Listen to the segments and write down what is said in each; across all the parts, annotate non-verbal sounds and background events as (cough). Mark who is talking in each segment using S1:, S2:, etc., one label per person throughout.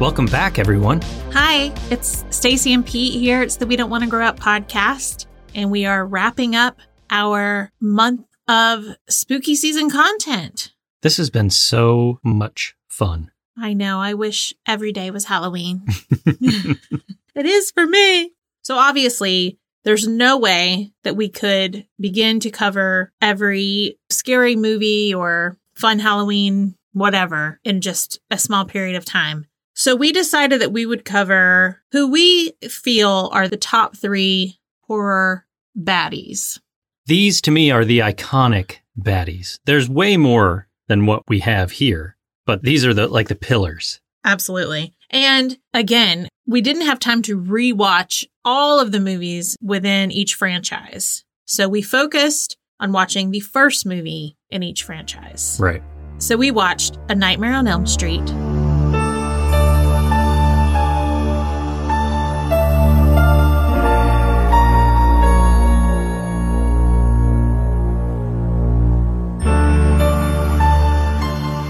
S1: Welcome back, everyone.
S2: Hi, it's Stacy and Pete here. It's the We Don't Want to Grow Up podcast, and we are wrapping up our month of spooky season content.
S1: This has been so much fun.
S2: I know, I wish every day was Halloween. it is for me. So, obviously, there's no way that we could begin to cover every scary movie or fun Halloween, whatever, in just a small period of time. So we decided that we would cover who we feel are the top three horror baddies.
S1: These to me are the iconic baddies. There's way more than what we have here, but these are the like the pillars.
S2: Absolutely. And again, we didn't have time to rewatch all of the movies within each franchise. So we focused on watching the first movie in each franchise.
S1: Right.
S2: So we watched A Nightmare on Elm Street,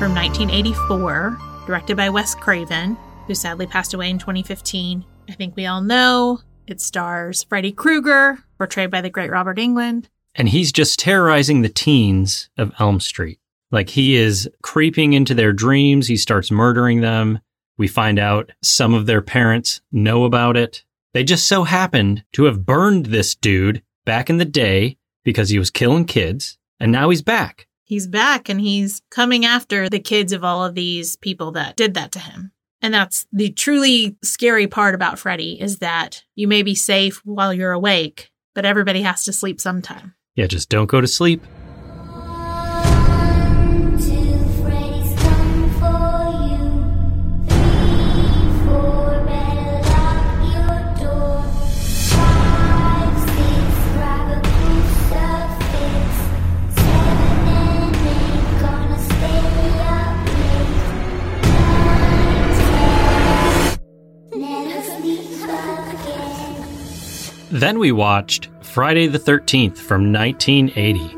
S2: from 1984, directed by Wes Craven, who sadly passed away in 2015. I think we all know it stars Freddy Krueger, portrayed by the great Robert England.
S1: And he's just terrorizing the teens of Elm Street. Like he is creeping into their dreams, he starts murdering them. We find out some of their parents know about it. They just so happened to have burned this dude back in the day because he was killing kids, and now he's back.
S2: He's back and he's coming after the kids of all of these people that did that to him. And that's the truly scary part about Freddy is that you may be safe while you're awake, but everybody has to sleep sometime.
S1: Yeah, just don't go to sleep.
S3: One, two, Freddy's coming for you. Three, four, better lock your door. Five, six, grab a crucifix. Seven and eight, gonna stay up late. Nine, ten, let us sleep again.
S1: Then we watched Friday the 13th from 1980.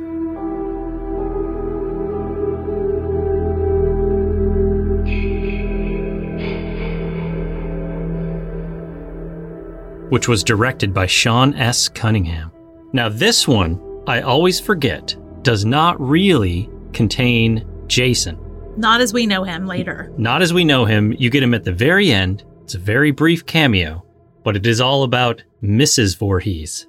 S1: Which was directed by Sean S. Cunningham. Now, this one, I always forget, does not really contain Jason.
S2: Not as we know him later.
S1: Not as we know him. You get him at the very end. It's a very brief cameo, but it is all about Mrs. Voorhees.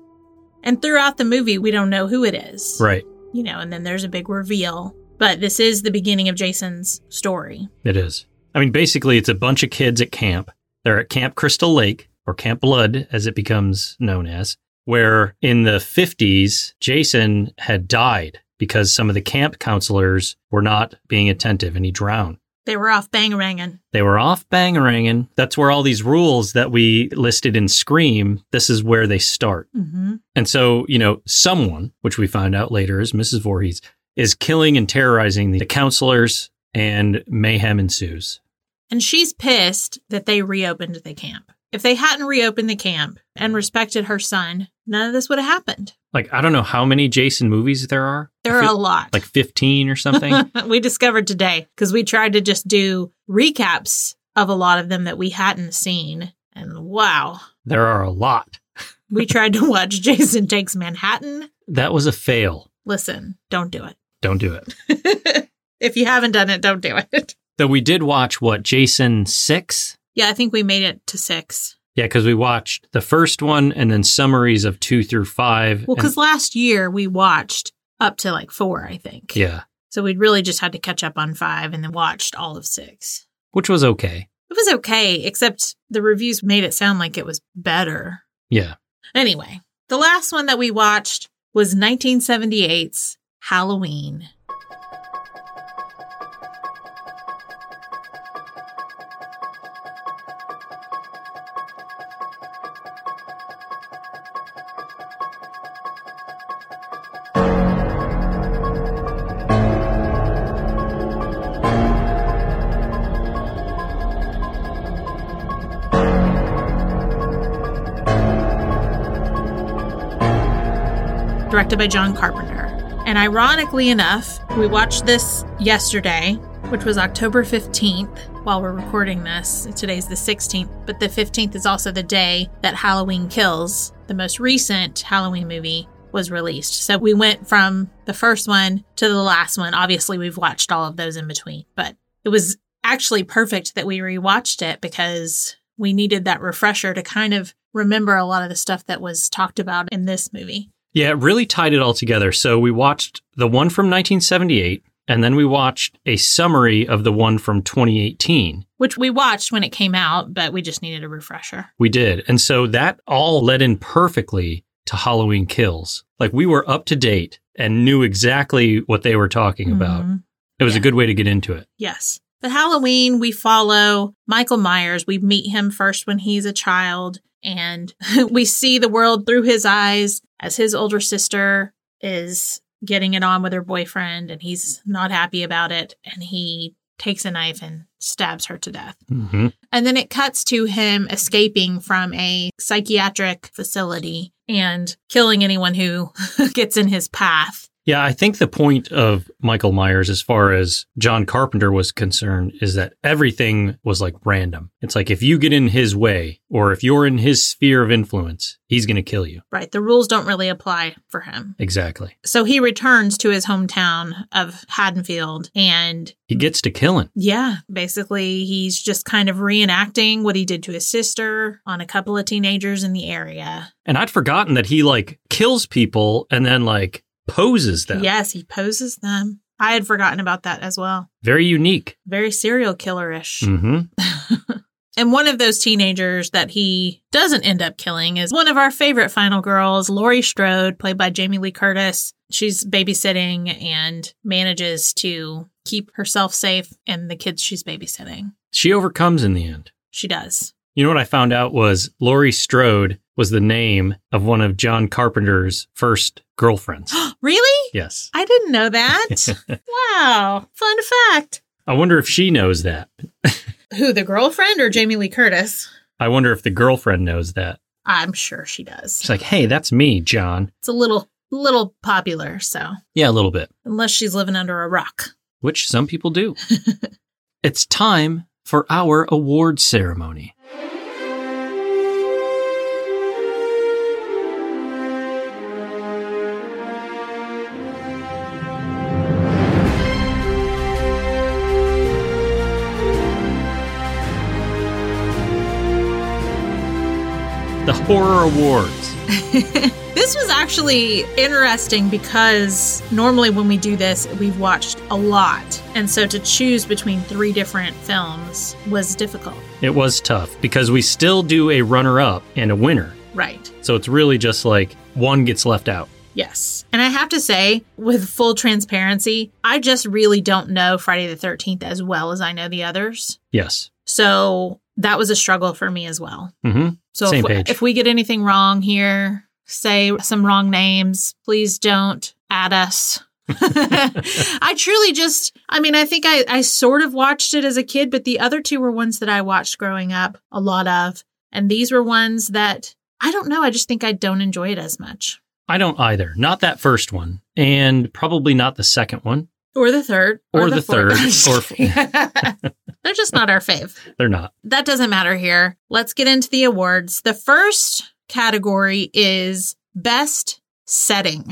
S2: And throughout the movie, we don't know who it is.
S1: Right.
S2: You know, and then there's a big reveal. But this is the beginning of Jason's story.
S1: It is. I mean, basically, it's a bunch of kids at camp. They're at Camp Crystal Lake, or Camp Blood, as it becomes known as, where in the 50s, Jason had died because some of the camp counselors were not being attentive and he drowned.
S2: They were off bang ranging.
S1: They were off bangeranging. That's where all these rules that we listed in Scream, this is where they start.
S2: Mm-hmm.
S1: And so, you know, someone, which we find out later is Mrs. Voorhees, is killing and terrorizing the counselors, and mayhem ensues.
S2: And she's pissed that they reopened the camp. If they hadn't reopened the camp and respected her son, none of this would have happened.
S1: Like, I don't know how many Jason movies there are.
S2: There
S1: I
S2: are a
S1: feel-
S2: lot.
S1: Like 15 or something.
S2: (laughs) we discovered today because we tried to just do recaps of a lot of them that we hadn't seen. And wow,
S1: there are a lot.
S2: we tried to watch (laughs) Jason Takes Manhattan.
S1: That was a fail.
S2: Listen, don't do
S1: Don't do it.
S2: it. if you haven't done it, don't do it.
S1: Though we did watch what, Jason 6?
S2: Yeah, I think we made it to six.
S1: Yeah, because we watched the first one and then summaries of two through five. and-
S2: Well, because last year we watched up to like four, I think.
S1: yeah,
S2: So we really just had to catch up on five and then watched all of six.
S1: which was okay.
S2: It was okay, except the reviews made it sound like it was better.
S1: Yeah.
S2: Anyway, the last one that we watched was 1978's Halloween. directed by John Carpenter. And ironically enough, we watched this yesterday, which was October 15th, while we're recording this. Today's the 16th, but the 15th is also the day that Halloween Kills, the most recent Halloween movie, was released. So we went from the first one to the last one. Obviously, we've watched all of those in between, but it was actually perfect that we rewatched it because we needed that refresher to kind of remember a lot of the stuff that was talked about in this movie.
S1: Yeah, it really tied it all together. So we watched the one from 1978, and then we watched a summary of the one from 2018.
S2: which we watched when it came out, but we just needed a refresher.
S1: We did. And so that all led in perfectly to Halloween Kills. Like we were up to date and knew exactly what they were talking about.
S2: Mhm.
S1: It was a
S2: Yeah.
S1: good way to get into it.
S2: Yes. But Halloween, we follow Michael Myers. We meet him first when he's a child, and (laughs) we see the world through his eyes as his older sister is getting it on with her boyfriend, and he's not happy about it. And he takes a knife and stabs her to death.
S1: hmm
S2: And then it cuts to him escaping from a psychiatric facility and killing anyone who (laughs) gets in his path.
S1: Yeah, I think the point of Michael Myers, as far as John Carpenter was concerned, is that everything was like random. It's like if you get in his way or if you're in his sphere of influence, he's going to kill you.
S2: Right. The rules don't really apply for him.
S1: Exactly.
S2: So he returns to his hometown of Haddonfield. And
S1: He gets to killing.
S2: yeah, basically, he's just kind of reenacting what he did to his sister on a couple of teenagers in the area.
S1: And I'd forgotten that he like kills people and then like poses them.
S2: Yes, he poses them. I had forgotten about that as well.
S1: Very unique.
S2: Very serial killer ish.
S1: hmm
S2: And one of those teenagers that he doesn't end up killing is one of our favorite final girls, Laurie Strode, played by Jamie Lee Curtis. She's babysitting and manages to keep herself safe and the kids she's babysitting.
S1: She overcomes in the end.
S2: She does.
S1: You know what I found out was Laurie Strode was the name of one of John Carpenter's first girlfriends.
S2: (gasps) Really?
S1: yes.
S2: I didn't know that. wow. Fun fact.
S1: I wonder if she knows that.
S2: Who, the girlfriend or Jamie Lee Curtis?
S1: I wonder if the girlfriend knows that.
S2: I'm sure she does.
S1: She's like, hey, that's me, John.
S2: It's a little little popular, so
S1: Yeah, a little bit,
S2: unless she's living under a rock.
S1: which some people do. it's time for our award ceremony. The Horror Awards.
S2: This was actually interesting because normally when we do this, we've watched a lot. And so to choose between three different films was difficult.
S1: It was tough because we still do a runner up and a winner.
S2: Right.
S1: So it's really just like one gets left out.
S2: Yes. And I have to say, with full transparency, I just really don't know Friday the 13th as well as I know the others.
S1: Yes.
S2: So that was a struggle for me as well.
S1: hmm
S2: So
S1: Same
S2: if, we-
S1: page.
S2: if we get anything wrong here, say some wrong names, please don't add us. (laughs) I truly just, I mean, I think I, I sort of watched it as a kid, but the other two were ones that I watched growing up a lot of. And these were ones that I don't know. I just think I don't enjoy it as much.
S1: I don't either. Not that first one, and probably not the second one.
S2: Or the third.
S1: Or the
S2: (laughs) fourth.
S1: third, (laughs)
S2: They're just not our fave.
S1: They're not.
S2: that doesn't matter here. Let's get into the awards. The first category is best setting.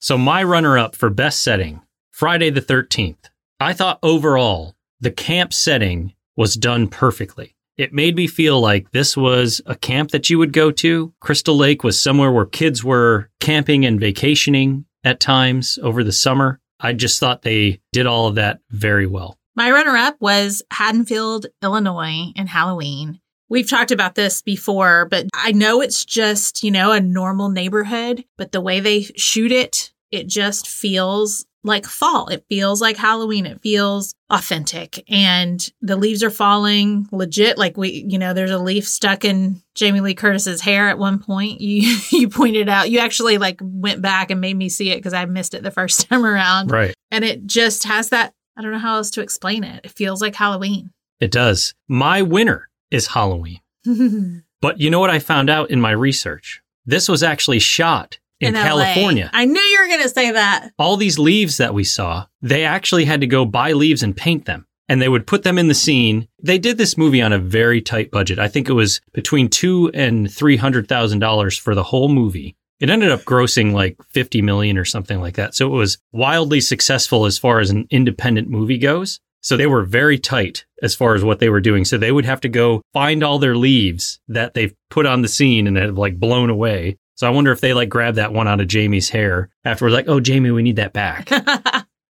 S1: So my runner up for best setting, Friday the 13th. I thought overall the camp setting was done perfectly. It made me feel like this was a camp that you would go to. Crystal Lake was somewhere where kids were camping and vacationing at times over the summer. I just thought they did all of that very well.
S2: My runner up was Haddonfield, Illinois, and Halloween. We've talked about this before, but I know it's just, you know, a normal neighborhood, but the way they shoot it, it just feels like fall. It feels like Halloween. It feels authentic. And the leaves are falling legit. Like we, you know, there's a leaf stuck in Jamie Lee Curtis's hair at one point. (laughs) You you pointed out. You actually like went back and made me see it because I missed it the first (laughs) time around
S1: Right.
S2: and it just has that i don't know how else to explain it it feels
S1: (laughs)
S2: like halloween
S1: It does. My winner is Halloween. But you know what I found out in my research? This was actually shot in,
S2: LA.
S1: California.
S2: I knew you were going to say that. (laughs)
S1: all these leaves that we saw, they actually had to go buy leaves and paint them. And they would put them in the scene. They did this movie on a very tight budget. I think it was between two and three hundred thousand dollars for the whole movie. It ended up grossing like fifty million or something like that. So it was wildly successful as far as an independent movie goes. So they were very tight as far as what they were doing. So they would have to go find all their leaves that they've put on the scene and have like blown away. So I wonder if they like grabbed that one out of Jamie's hair afterwards, like, oh, Jamie, we need that
S2: (laughs)
S1: back.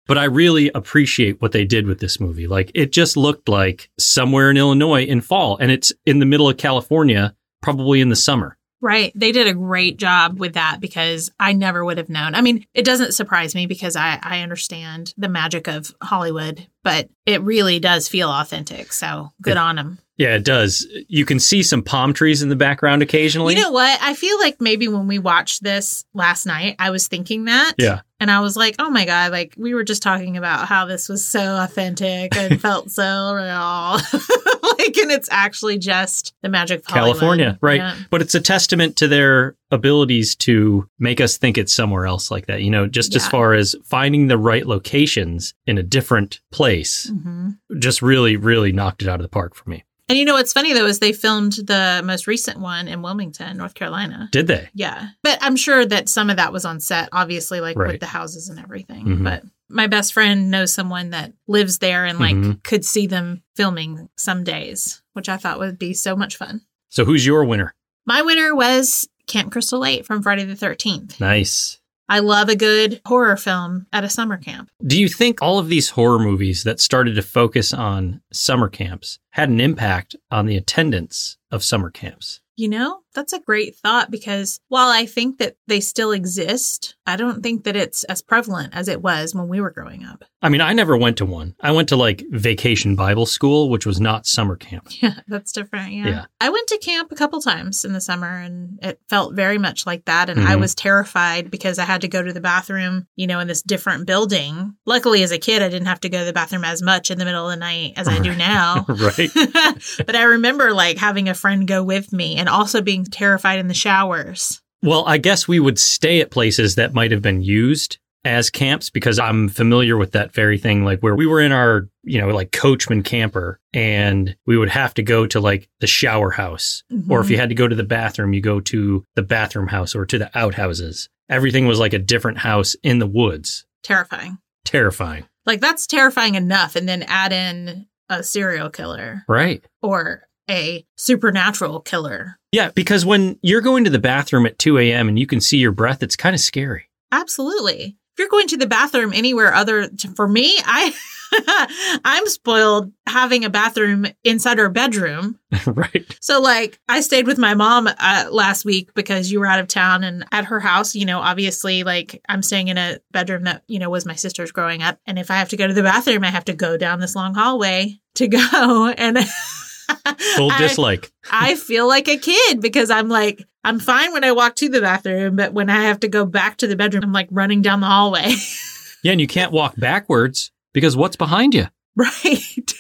S1: but I really appreciate what they did with this movie. Like it just looked like somewhere in Illinois in fall and it's in the middle of California, probably in the summer.
S2: right. They did a great job with that because I never would have known. I mean, it doesn't surprise me because I, I understand the magic of Hollywood, but it really does feel authentic. So good
S1: Yeah.
S2: on 'em. on them.
S1: Yeah, it does. You can see some palm trees in the background occasionally.
S2: You know what? I feel like maybe when we watched this last night, I was thinking that.
S1: Yeah.
S2: And I was like, oh my God, like we were just talking about how this was so authentic
S1: (laughs)
S2: and felt so real. (laughs) like, and it's actually just the magic of Hollywood.
S1: California, right.
S2: Yeah.
S1: But it's a testament to their abilities to make us think it's somewhere else like that. You know, just as
S2: Yeah.
S1: far as finding the right locations in a different place,
S2: Mhm.
S1: just really, really knocked it out of the park for me.
S2: And you know what's funny though is they filmed the most recent one in Wilmington, North Carolina.
S1: Did they?
S2: Yeah. But I'm sure that some of that was on set, obviously, like
S1: Right.
S2: with the houses and everything.
S1: Mhm.
S2: But my best friend knows someone that lives there and like
S1: Mhm.
S2: could see them filming some days, which I thought would be so much fun.
S1: So who's your winner?
S2: My winner was Camp Crystal Lake from Friday the 13th.
S1: Nice.
S2: I love a good horror film at a summer camp.
S1: Do you think all of these horror movies that started to focus on summer camps had an impact on the attendance of summer camps?
S2: You know, that's a great thought because while I think that they still exist, I don't think that it's as prevalent as it was when we were growing up.
S1: I mean, I never went to one. I went to like vacation Bible school, which was not summer camp.
S2: Yeah, that's different. Yeah.
S1: Yeah.
S2: I went to camp a couple times in the summer and it felt very much like that. And I
S1: Mhm.
S2: was terrified because I had to go to the bathroom, you know, in this different building. Luckily, as a kid, I didn't have to go to the bathroom as much in the middle of the night as I do
S1: (laughs)
S2: now. (laughs)
S1: right?
S2: but I remember like having a friend go with me and also being terrified in the showers.
S1: Well, I guess we would stay at places that might have been used as camps because I'm familiar with that very thing. Like where we were in our, you know, like coachman camper and we would have to go to like the shower house. Or
S2: Mm-hmm.
S1: if you had to go to the bathroom, you go to the bathroom house or to the outhouses. Everything was like a different house in the woods.
S2: terrifying.
S1: Terrifying.
S2: Like that's terrifying enough and then add in a serial killer
S1: Right.
S2: or a supernatural killer.
S1: Yeah. Because when you're going to the bathroom at 2 a.m. and you can see your breath, it's kind of scary. (laughs)
S2: Absolutely. If you're going to the bathroom anywhere other for me, I (laughs) I'm spoiled having a bathroom inside our bedroom.
S1: right.
S2: So, like, I stayed with my mom uh, last week because you were out of town and at her house, you know, obviously, like, I'm staying in a bedroom that, you know, was my sister's growing up. And if I have to go to the bathroom, I have to go down this long hallway to go. (laughs) And
S1: Full
S2: I,
S1: dislike.
S2: I feel like a kid because I'm like, I'm fine when I walk to the bathroom, but when I have to go back to the bedroom, I'm like running down the hallway. (laughs)
S1: Yeah. And you can't walk backwards because what's behind you?
S2: Right.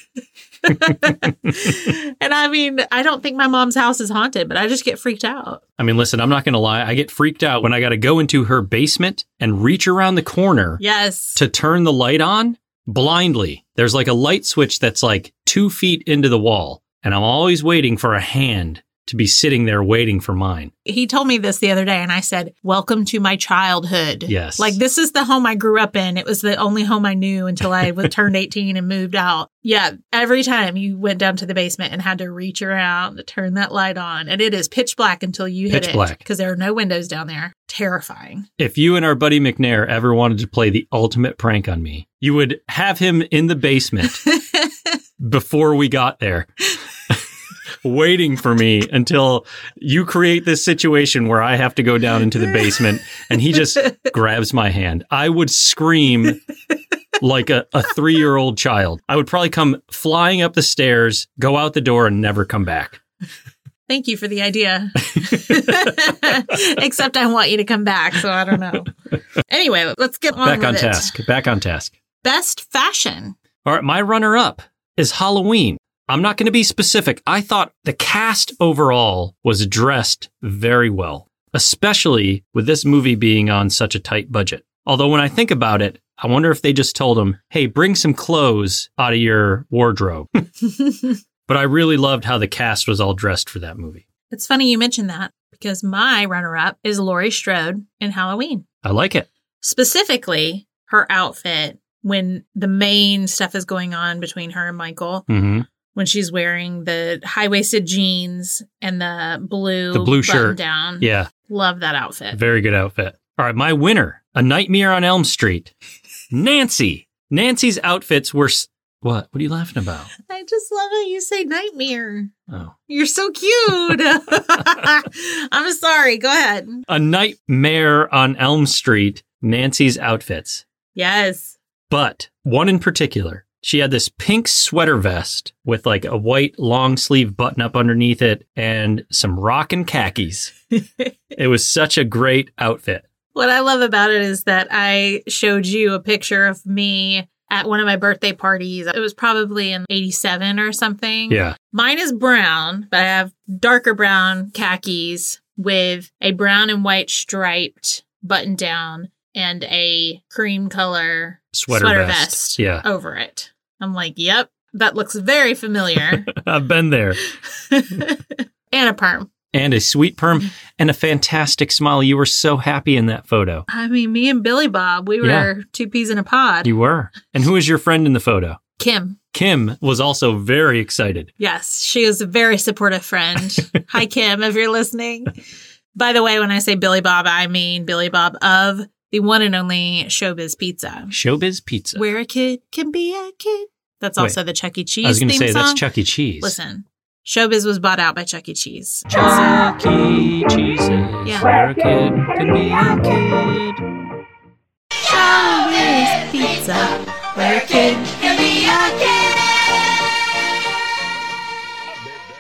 S2: and I mean, I don't think my mom's house is haunted, but I just get freaked out.
S1: I mean, listen, I'm not going to lie. I get freaked out when I got to go into her basement and reach around the corner
S2: Yes.
S1: to turn the light on blindly. There's like a light switch that's like two feet into the wall. And I'm always waiting for a hand to be sitting there waiting for mine.
S2: he told me this the other day and I said, Welcome to my childhood.
S1: Yes.
S2: Like this is the home I grew up in. It was the only home I knew until
S1: (laughs)
S2: I was turned 18 and moved out. Yeah. Every time you went down to the basement and had to reach around to turn that light on. And it is pitch black until you hit
S1: Pitch
S2: it.
S1: black.
S2: Because there are no windows down there. Terrifying.
S1: If you and our buddy McNair ever wanted to play the ultimate prank on me, you would have him in the basement
S2: (laughs)
S1: before we got there. (laughs) waiting for me until you create this situation where I have to go down into the basement and he
S2: (laughs)
S1: just grabs my hand. I would scream like a, a three year old child. I would probably come flying up the stairs, go out the door, and never come back.
S2: Thank you for
S1: (laughs)
S2: the idea. (laughs) Except I want you to come back, so I
S1: (laughs)
S2: don't know. Anyway, let's get on
S1: back
S2: with
S1: on
S2: it.
S1: task. Back on task.
S2: Best fashion.
S1: All right, my runner up is Halloween. I'm not going to be specific. I thought the cast overall was dressed very well. especially with this movie being on such a tight budget. Although, when I think about it, I wonder if they just told him, hey, bring some clothes out of your wardrobe. but I really loved how the cast was all dressed for that movie.
S2: It's funny you mentioned that because my runner up is Laurie Strode in Halloween.
S1: I like it.
S2: Specifically, her outfit when the main stuff is going on between her and Michael,
S1: hmm
S2: when she's wearing the high waisted jeans and the blue,
S1: The blue shirt.
S2: down.
S1: Yeah,
S2: Love that outfit.
S1: very good outfit. All right, my winner, A Nightmare on Elm Street, Nancy. Nancy's outfits were. S- what? What are you laughing about?
S2: I just love how you say nightmare.
S1: Oh.
S2: You're so cute. (laughs) I'm sorry. Go ahead.
S1: A Nightmare on Elm Street, Nancy's outfits.
S2: Yes. (laughs)
S1: but one in particular. She had this pink sweater vest with like a white long sleeve button up underneath it and some rockin' khakis. it was such a great outfit.
S2: What I love about it is that I showed you a picture of me at one of my birthday parties. It was probably in 87 or something.
S1: Yeah.
S2: Mine is brown, but I have darker brown khakis with a brown and white striped button down and a cream color
S1: Sweater,
S2: Sweater
S1: vest.
S2: vest.
S1: Yeah. (laughs)
S2: over it. I'm like, yep, that looks
S1: (laughs)
S2: very familiar. (laughs)
S1: I've been there.
S2: and a perm.
S1: And a sweet perm
S2: Mm-hmm.
S1: and a fantastic smile. You were so happy in that photo.
S2: I mean, me and Billy Bob, we were
S1: Yeah.
S2: two peas in a pod.
S1: You were. And who was your friend in the photo?
S2: Kim,
S1: Kim was also very excited.
S2: yes, she is a very
S1: (laughs)
S2: supportive friend. Hi, Kim, if you're listening. By the way, when I say Billy Bob, I mean Billy Bob of the one and only Showbiz Pizza,
S1: Showbiz Pizza.
S2: where a kid can be a kid. That's
S1: Wait.
S2: also the Chuck E. Cheese
S1: I was going to
S2: theme
S1: say
S2: song.
S1: that's Chuck E. Cheese.
S2: Listen, Showbiz was bought out by Chuck E. Cheese.
S1: Chuck E. Cheese.
S2: Yeah. E.
S1: Where a kid could be a kid. E.
S2: Showbiz Pizza, where a kid
S3: Can be a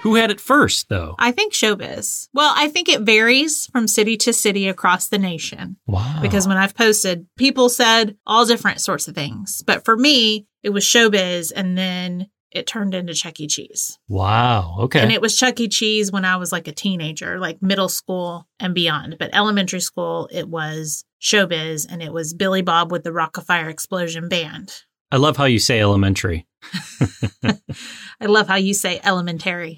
S1: Who had it first, though?
S2: I think showbiz. Well, I think it varies from city to city across the nation
S1: Wow.
S2: because when I've posted, people said all different sorts of things. But for me, it was showbiz and then it turned into Chuck E. Cheese.
S1: wow. Okay.
S2: And it was Chuck E. Cheese when I was like a teenager, like middle school and beyond. But elementary school, it was showbiz and it was Billy Bob with the Rock of Fire Explosion Band.
S1: I love how you say elementary.
S2: I love how you say elementary.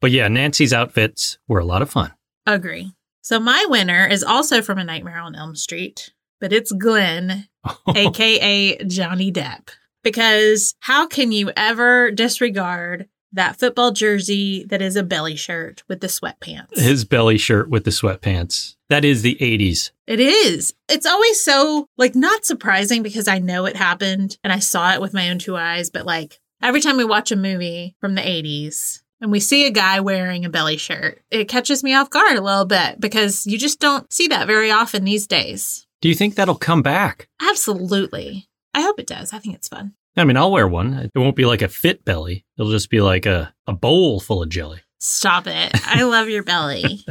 S1: But yeah, Nancy's outfits were a lot of fun.
S2: Agree. So my winner is also from A Nightmare on Elm Street, but it's Glenn, aka Johnny Depp. Because how can you ever disregard that football jersey that is a belly shirt with the sweatpants?
S1: His belly shirt with the sweatpants. That is the 80s.
S2: It is. It's always so like not surprising because I know it happened and I saw it with my own two eyes, but like every time we watch a movie from the 80s and we see a guy wearing a belly shirt, it catches me off guard a little bit because you just don't see that very often these days.
S1: Do you think that'll come back?
S2: Absolutely. I hope it does. I think it's fun.
S1: I mean, I'll wear one. It won't be like a fit belly. It'll just be like a, a bowl full of jelly.
S2: Stop it. I love your belly.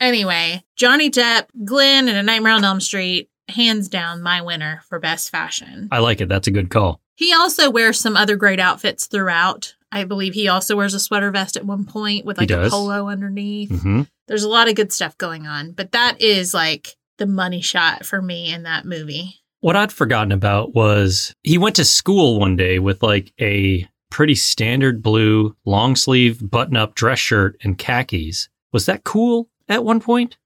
S2: anyway, Johnny Depp, Glenn, and A Nightmare on Elm Street, hands down my winner for best fashion.
S1: I like it. That's a good call.
S2: He also wears some other great outfits throughout. I believe he also wears a sweater vest at one point with
S1: He
S2: like a
S1: does.
S2: polo underneath.
S1: hmm
S2: There's a lot of good stuff going on, but that is like the money shot for me in that movie.
S1: What I'd forgotten about was he went to school one day with like a pretty standard blue long sleeve button up dress shirt and khakis. Was that cool at one point?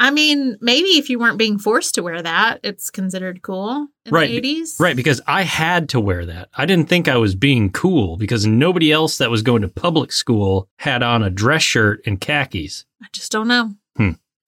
S2: I mean, maybe if you weren't being forced to wear that, it's considered cool in
S1: Right,
S2: the 80s.
S1: Right, because I had to wear that. I didn't think I was being cool because nobody else that was going to public school had on a dress shirt and khakis.
S2: I just don't know.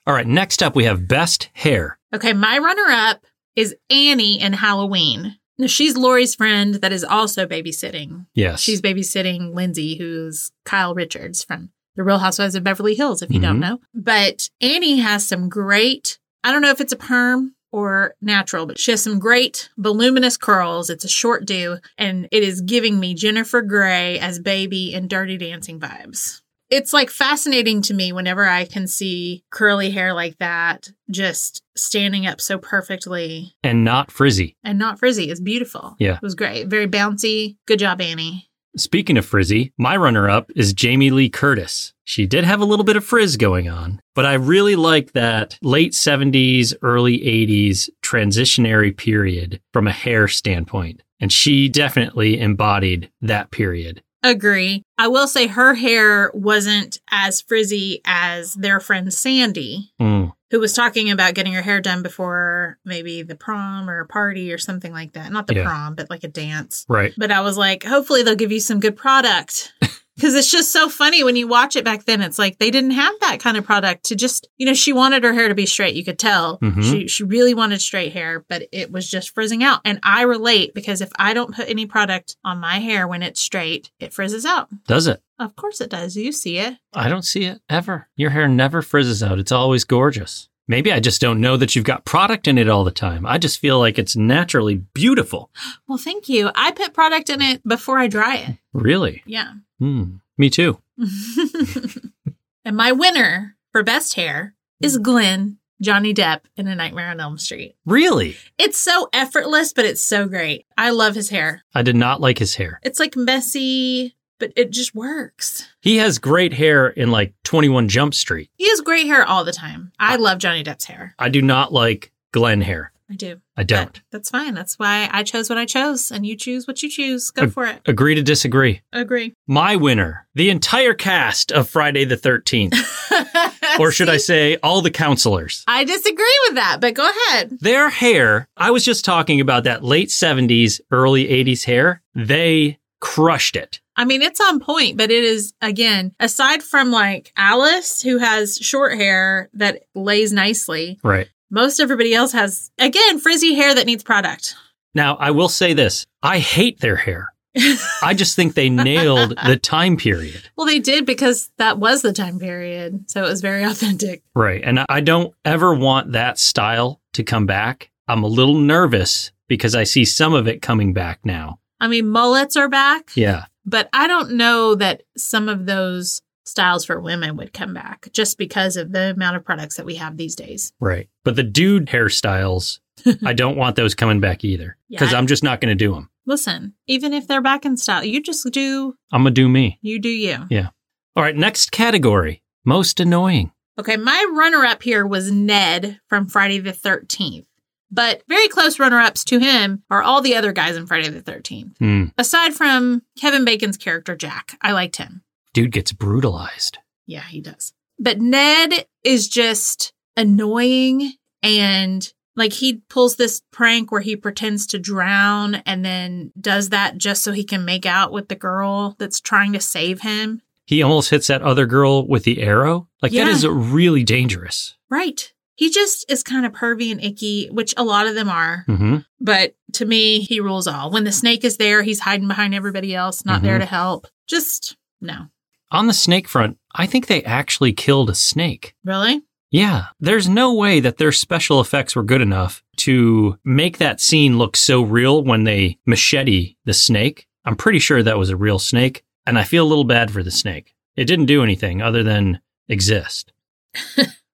S1: All right, next up we have best hair.
S2: Okay, my runner up is Annie in Halloween. Now, she's Lori's friend that is also babysitting
S1: Yes.
S2: She's babysitting Lindsay, who's Kyle Richards from The Real Housewives of Beverly Hills, if you don't
S1: Mhm.
S2: know. But Annie has some great, I don't know if it's a perm or natural, but she has some great voluminous curls. It's a short do, and it is giving me Jennifer Gray as baby and dirty dancing vibes. It's like fascinating to me whenever I can see curly hair like that just standing up so perfectly
S1: and not frizzy.
S2: and not frizzy. It's beautiful.
S1: Yeah.
S2: It was great. Very bouncy. Good job, Annie.
S1: Speaking of frizzy, my runner up is Jamie Lee Curtis. She did have a little bit of frizz going on, but I really like that late 70s, early 80s transitionary period from a hair standpoint. And she definitely embodied that period.
S2: Agree. I will say her hair wasn't as frizzy as their friend Sandy,
S1: Mm.
S2: who was talking about getting her hair done before maybe the prom or a party or something like that. Not the
S1: Yeah.
S2: prom, but like a dance.
S1: Right.
S2: But I was like, hopefully they'll give you some good product. Because it's just so funny when you watch it back then. It's like they didn't have that kind of product to just, you know, she wanted her hair to be straight. You could tell
S1: Mhm.
S2: she, she really wanted straight hair, but it was just frizzing out. And I relate because if I don't put any product on my hair when it's straight, it frizzes out.
S1: Does it?
S2: Of course it does. You see it.
S1: I don't see it ever. Your hair never frizzes out. It's always gorgeous. Maybe I just don't know that you've got product in it all the time. I just feel like it's naturally beautiful.
S2: Well, thank you. I put product in it before I dry it.
S1: Really?
S2: Yeah. (laughs)
S1: Hmm. Me too.
S2: and my winner for best hair is Glenn, Johnny Depp, in A Nightmare on Elm Street.
S1: Really?
S2: It's so effortless, but it's so great. I love his hair.
S1: I did not like his hair.
S2: It's like messy, but it just works.
S1: He has great hair in like 21 Jump Street.
S2: He has great hair all the time. I
S1: Uh,
S2: love Johnny Depp's hair.
S1: I do not like Glenn hair.
S2: I do.
S1: I
S2: But
S1: don't.
S2: That's fine. That's why I chose what I chose, and you choose what you choose. Go
S1: Ag-
S2: for it.
S1: Agree to disagree.
S2: (laughs) Agree.
S1: My winner, the entire cast of Friday the 13th, or should I
S2: See?
S1: say, all the counselors.
S2: I disagree with that, but go ahead.
S1: Their hair, I was just talking about that late 70s, early 80s hair. They crushed it.
S2: I mean, it's on point, but it is, again, aside from like Alice, who has short hair that lays nicely,
S1: Right.
S2: most everybody else has, again, frizzy hair that needs product.
S1: Now, I will say this I hate their hair. I just think they nailed the time period.
S2: Well, they did because that was the time period. So it was very (laughs) authentic.
S1: Right. And I don't ever want that style to come back. I'm a little nervous because I see some of it coming back now.
S2: I mean, mullets are back,
S1: Yeah.
S2: but I don't know that some of those styles for women would come back just because of the amount of products that we have these days.
S1: Right. But the dude
S2: (laughs)
S1: hairstyles, I don't want those coming back either
S2: Yeah,
S1: because
S2: I-
S1: I'm just not going to do them.
S2: Listen, even if they're back in style, you just do,
S1: I'm going to do me.
S2: you do you.
S1: All right. Next category most annoying.
S2: Okay, my runner up here was Ned from Friday the 13th. But very close runner ups to him are all the other guys in Friday the 13th.
S1: Hmm.
S2: Aside from Kevin Bacon's character, Jack, I liked him.
S1: Dude gets brutalized.
S2: Yeah, he does. But Ned is just annoying and like he pulls this prank where he pretends to drown and then does that just so he can make out with the girl that's trying to save him.
S1: He almost hits that other girl with the arrow. Like,
S2: Yeah.
S1: that is really dangerous.
S2: Right. He just is kind of pervy and icky, which a lot of them are.
S1: hmm
S2: But to me, he rules all. When the snake is there, he's hiding behind everybody else, not there to help. Just no.
S1: On the snake front, I think they actually killed a snake.
S2: Really?
S1: Yeah, there's no way that their special effects were good enough to make that scene look so real when they machete the snake. I'm pretty sure that was a real snake, and I feel a little bad for the snake. It didn't do anything other than exist.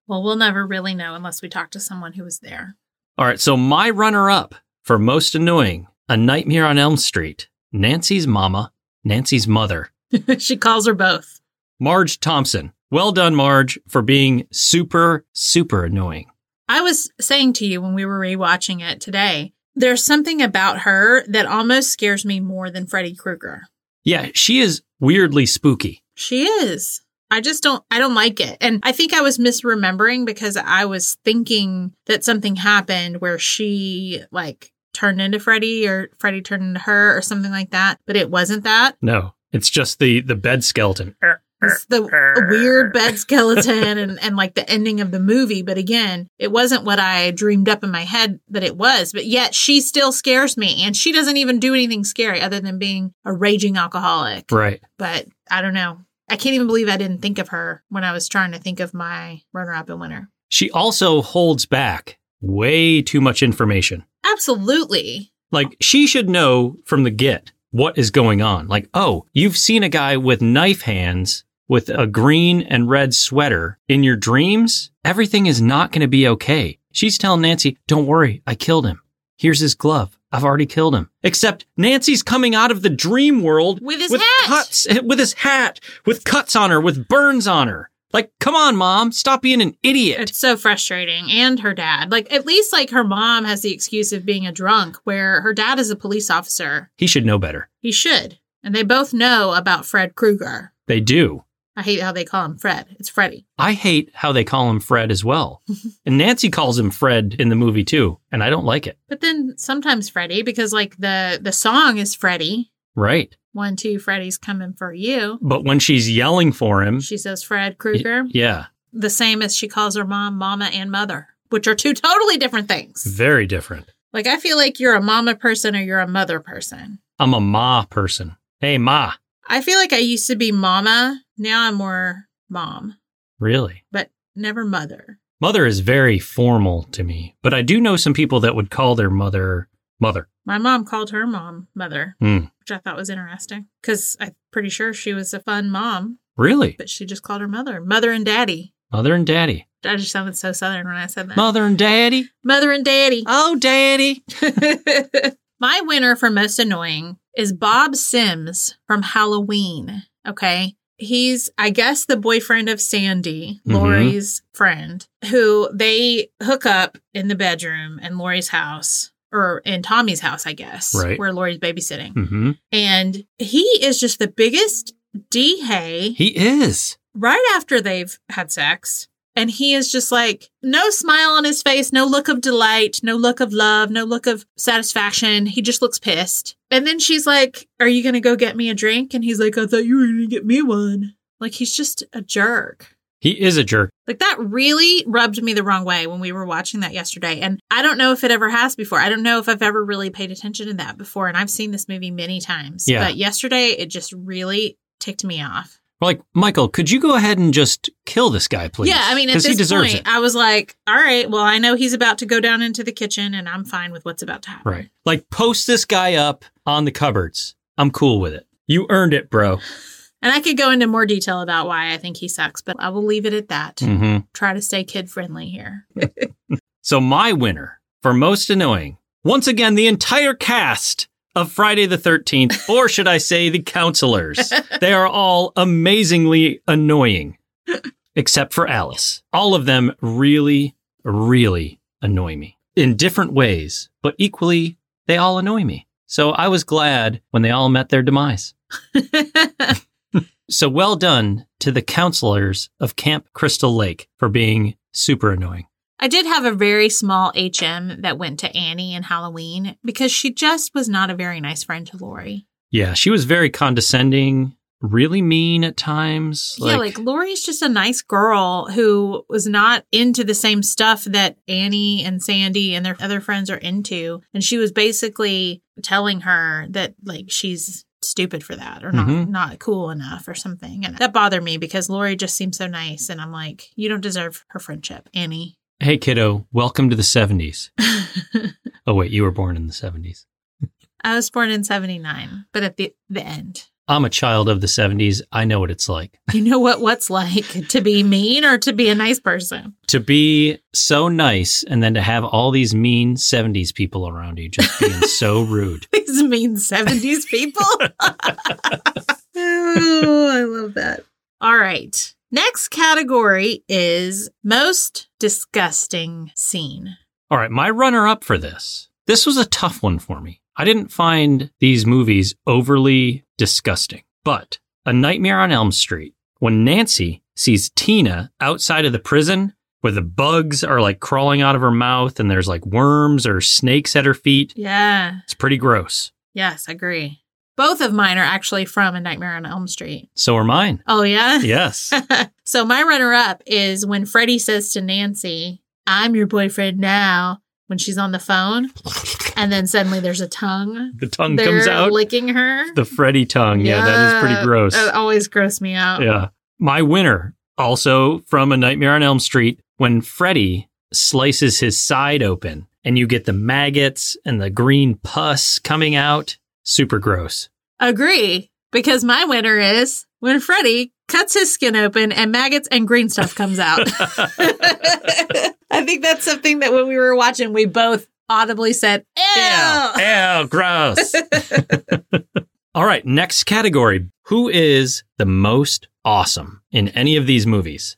S2: Well, we'll never really know unless we talk to someone who was there. (laughs)
S1: All right, so my runner up for most annoying A Nightmare on Elm Street, Nancy's mama, Nancy's mother,
S2: she calls her both.
S1: Marge Thompson. Well done, Marge, for being super, super annoying.
S2: I was saying to you when we were rewatching it today, there's something about her that almost scares me more than Freddy Krueger.
S1: Yeah, she is weirdly spooky.
S2: She is. I just don't I don't like it. And I think I was misremembering because I was thinking that something happened where she like turned into Freddy or Freddy turned into her or something like that, but it wasn't that.
S1: No, it's just the the bed skeleton.
S2: It's the weird bed skeleton and, and like the ending of the movie. But again, it wasn't what I dreamed up in my head that it was. But yet she still scares me. And she doesn't even do anything scary other than being a raging alcoholic.
S1: Right.
S2: But I don't know. I can't even believe I didn't think of her when I was trying to think of my runner up and winner.
S1: She also holds back way too much information.
S2: Absolutely.
S1: Like she should know from the get what is going on. Like, oh, you've seen a guy with knife hands with a green and red sweater in your dreams. Everything is not going to be okay. She's telling Nancy, "Don't worry, I killed him. Here's his glove. I've already killed him. Except Nancy's coming out of the dream world
S2: With his hat.
S1: cuts, eh, with his hat, with cuts on her, with burns on her. Like, come on, mom, stop being an idiot.
S2: It's so frustrating. And her dad. Like, at least, like, her mom has the excuse of being a drunk, where her dad is a police officer.
S1: He should know better.
S2: He should. And they both know about Fred Krueger.
S1: They do.
S2: I hate how they call him Fred. It's Freddy.
S1: I hate how they call him Fred as
S2: (laughs)
S1: well. and Nancy calls him Fred in the movie too, and I don't like it.
S2: But then sometimes Freddy, because, like, the, the song is Freddy.
S1: Right.
S2: One, two, Freddy's coming for you.
S1: But when she's yelling for him,
S2: She says Fred Krueger.
S1: yeah,
S2: The same as she calls her mom, mama, and mother, which are two (laughs) totally different things.
S1: very different.
S2: Like, I feel like you're a mama person or you're a mother person.
S1: I'm a ma person. Hey, ma.
S2: I feel like I used to be mama. Now I'm more mom,
S1: Really?
S2: but never mother.
S1: Mother is very formal to me, but I do know some people that would call their mother mother.
S2: My mom called her mom mother,
S1: Hmm.
S2: which I thought was interesting because I'm pretty sure she was a fun mom,
S1: Really?
S2: but she just called her mother, mother and daddy.
S1: Mother and daddy.
S2: I just sounded so southern when I said that.
S1: Mother and daddy.
S2: mother and daddy. (laughs)
S1: Oh, daddy.
S2: My winner for most annoying is Bob Sims from Halloween. Okay. He's, I guess, the boyfriend of Sandy,
S1: Mhm.
S2: Lori's friend, who they hook up in the bedroom in Lori's house or in Tommy's house, I guess,
S1: Right.
S2: where Lori's babysitting.
S1: hmm
S2: And he is just the biggest D hay
S1: He is.
S2: right after they've had sex. And he is just like, no smile on his face, no look of delight, no look of love, no look of satisfaction. He just looks pissed. And then she's like, Are you going to go get me a drink? And he's like, I thought you were going to get me one. Like, he's just a jerk.
S1: He is a jerk.
S2: Like, that really rubbed me the wrong way when we were watching that yesterday. And I don't know if it ever has before. I don't know if I've ever really paid attention to that before. And I've seen this movie many times.
S1: Yeah.
S2: But yesterday, it just really ticked me off.
S1: We're like, Michael, could you go ahead and just kill this guy, please?
S2: Yeah, I mean, at
S1: because
S2: this
S1: he deserves it.
S2: point, I was like, all right, well, I know he's about to go down into the kitchen, and I'm fine with what's about to happen.
S1: Right. Like, post this guy up on the cupboards. I'm cool with it. You earned it, bro.
S2: And I could go into more detail about why I think he sucks, but I will leave it at that.
S1: Mm-hmm.
S2: Try to stay kid friendly here. (laughs)
S1: So my winner for most annoying, once again, the entire cast of Friday the (laughs) 13th, or should I say the (laughs) counselors. they are all amazingly annoying, except for Alice. All of them really, really annoy me in different ways, but equally, they all annoy me. So I was glad when they all met their demise. So well done to the counselors of Camp Crystal Lake for being super annoying.
S2: I did have a very small HM that went to Annie in Halloween because she just was not a very nice friend to Lori.
S1: Yeah, she was very condescending, really mean at times.
S2: yeah, like Lori's just a nice girl who was not into the same stuff that Annie and Sandy and their other friends are into. And she was basically telling her that like she's stupid for that or not
S1: Mhm.
S2: not cool enough or something. And that bothered me because Lori just seems so nice and I'm like, you don't deserve her friendship, Annie.
S1: hey kiddo, welcome to the
S2: (laughs)
S1: 70s. Oh wait, you were born in the 70s.
S2: I was born in 79, but at the the end.
S1: I'm a child of the 70s. I know what it's like
S2: You know what what's like to be mean or to be a nice person.
S1: to be so nice and then to have all these mean 70s people around you just being
S2: (laughs)
S1: so rude.
S2: these mean 70s people.
S1: (laughs)
S2: oh, I love that. All right. Next category is most disgusting scene.
S1: All right, my runner up for this. This was a tough one for me. I didn't find these movies overly disgusting, but A Nightmare on Elm Street, when Nancy sees Tina outside of the prison where the bugs are like crawling out of her mouth and there's like worms or snakes at her feet,
S2: Yeah.
S1: it's pretty gross.
S2: Yes, agree. Both of mine are actually from A Nightmare on Elm Street.
S1: So are mine.
S2: Oh, yeah? (laughs)
S1: Yes.
S2: so, my runner up is when Freddie says to Nancy, I'm your boyfriend now, when she's on the phone. And then suddenly there's a tongue.
S1: the tongue
S2: They're
S1: comes out.
S2: licking her.
S1: the Freddy tongue. Yeah, that is
S2: Yeah. Oh,
S1: pretty gross.
S2: It always grossed me out.
S1: Yeah. My winner, also from A Nightmare on Elm Street, when Freddy slices his side open and you get the maggots and the green pus coming out. Super gross.
S2: Agree, because my winner is when Freddy cuts his skin open and maggots and green (laughs) stuff comes out. I think that's something that when we were watching, we both audibly said, Ew!
S1: Ew, ew,
S2: (laughs)
S1: gross. All right, next category. Who is the most awesome in any of these
S2: (laughs)
S1: movies?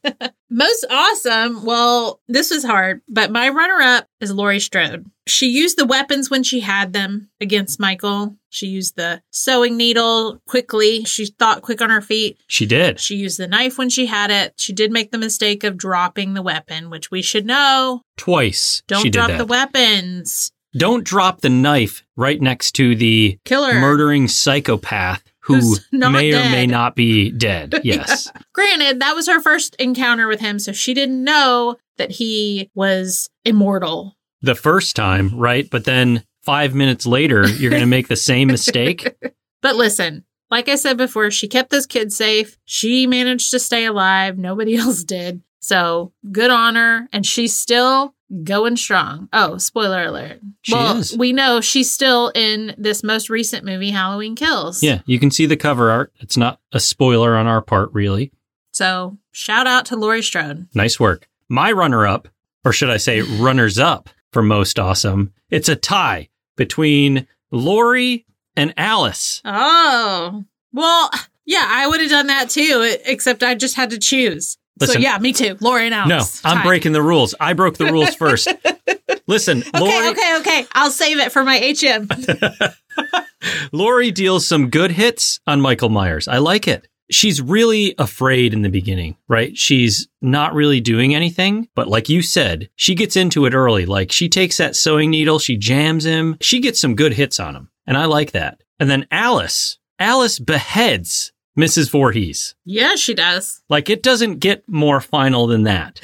S2: Most awesome. Well, this was hard, but my runner up is Laurie Strode. She used the weapons when she had them against Michael. She used the sewing needle quickly. She thought quick on her feet.
S1: She did.
S2: She used the knife when she had it. She did make the mistake of dropping the weapon, which we should know.
S1: Twice.
S2: Don't
S1: she
S2: drop
S1: did that.
S2: the weapons.
S1: Don't drop the knife right next to the
S2: Killer.
S1: murdering psychopath who
S2: Who's not
S1: may or may
S2: dead.
S1: not be
S2: (laughs)
S1: dead. Yes.
S2: Granted, that was her first encounter with him, so she didn't know that he was immortal.
S1: The first time, right? But then five minutes later, you're going to make the
S2: (laughs)
S1: same mistake.
S2: But listen, like I said before, she kept those kids safe. She managed to stay alive. Nobody (laughs) else did. So good on her. And she's still going strong. Oh, spoiler alert.
S1: She
S2: well,
S1: is.
S2: we know she's still in this most recent movie, Halloween Kills.
S1: Yeah, you can see the cover art. It's not a spoiler on our part, really.
S2: So shout out to Laurie Strode.
S1: Nice work. My runner up, or should I say runners up for most awesome, it's a tie between Lori and Alice.
S2: Oh, well, yeah, I would have done that too, e- except I just had to choose. so
S1: Listen-
S2: yeah, me too. Laurie and
S1: No,
S2: Alex.
S1: I'm
S2: Tie.
S1: breaking the rules. I broke the rules
S2: (laughs)
S1: first. Listen,
S2: Okay,
S1: Lori,
S2: okay, okay. I'll save it for
S1: (laughs)
S2: my HM.
S1: Lori deals some good hits on Michael Myers. I like it. She's really afraid in the beginning, right? She's not really doing anything, but like you said, she gets into it early. Like she takes that sewing needle, she jams him, she gets some good hits on him. And I like that. And then Alice, Alice beheads Mrs. Voorhees.
S2: yeah,
S1: (laughs)
S2: she does.
S1: Like it doesn't get more final than that.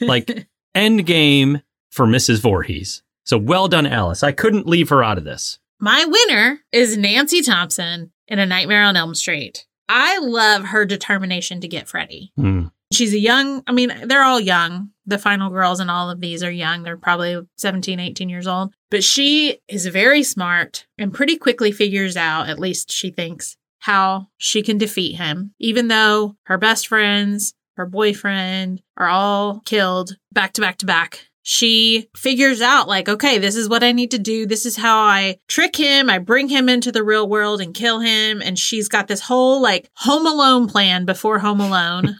S1: Like end game for Mrs. Voorhees. So well done, Alice. I couldn't leave her out of this.
S2: (laughs) My winner is Nancy Thompson in A Nightmare on Elm Street. I love her determination to get Freddy.
S1: Hmm.
S2: She's a young, I mean, they're all young. The final girls in all of these are young. They're probably 17, 18 years old. But she is very smart and pretty quickly figures out, at least she thinks, how she can defeat him, even though her best friends, her boyfriend are all killed back to back to back. She figures out, like, okay, this is what I need to do. This is how I trick him. I bring him into the real world and kill him. And she's got this whole like Home Alone plan before Home Alone.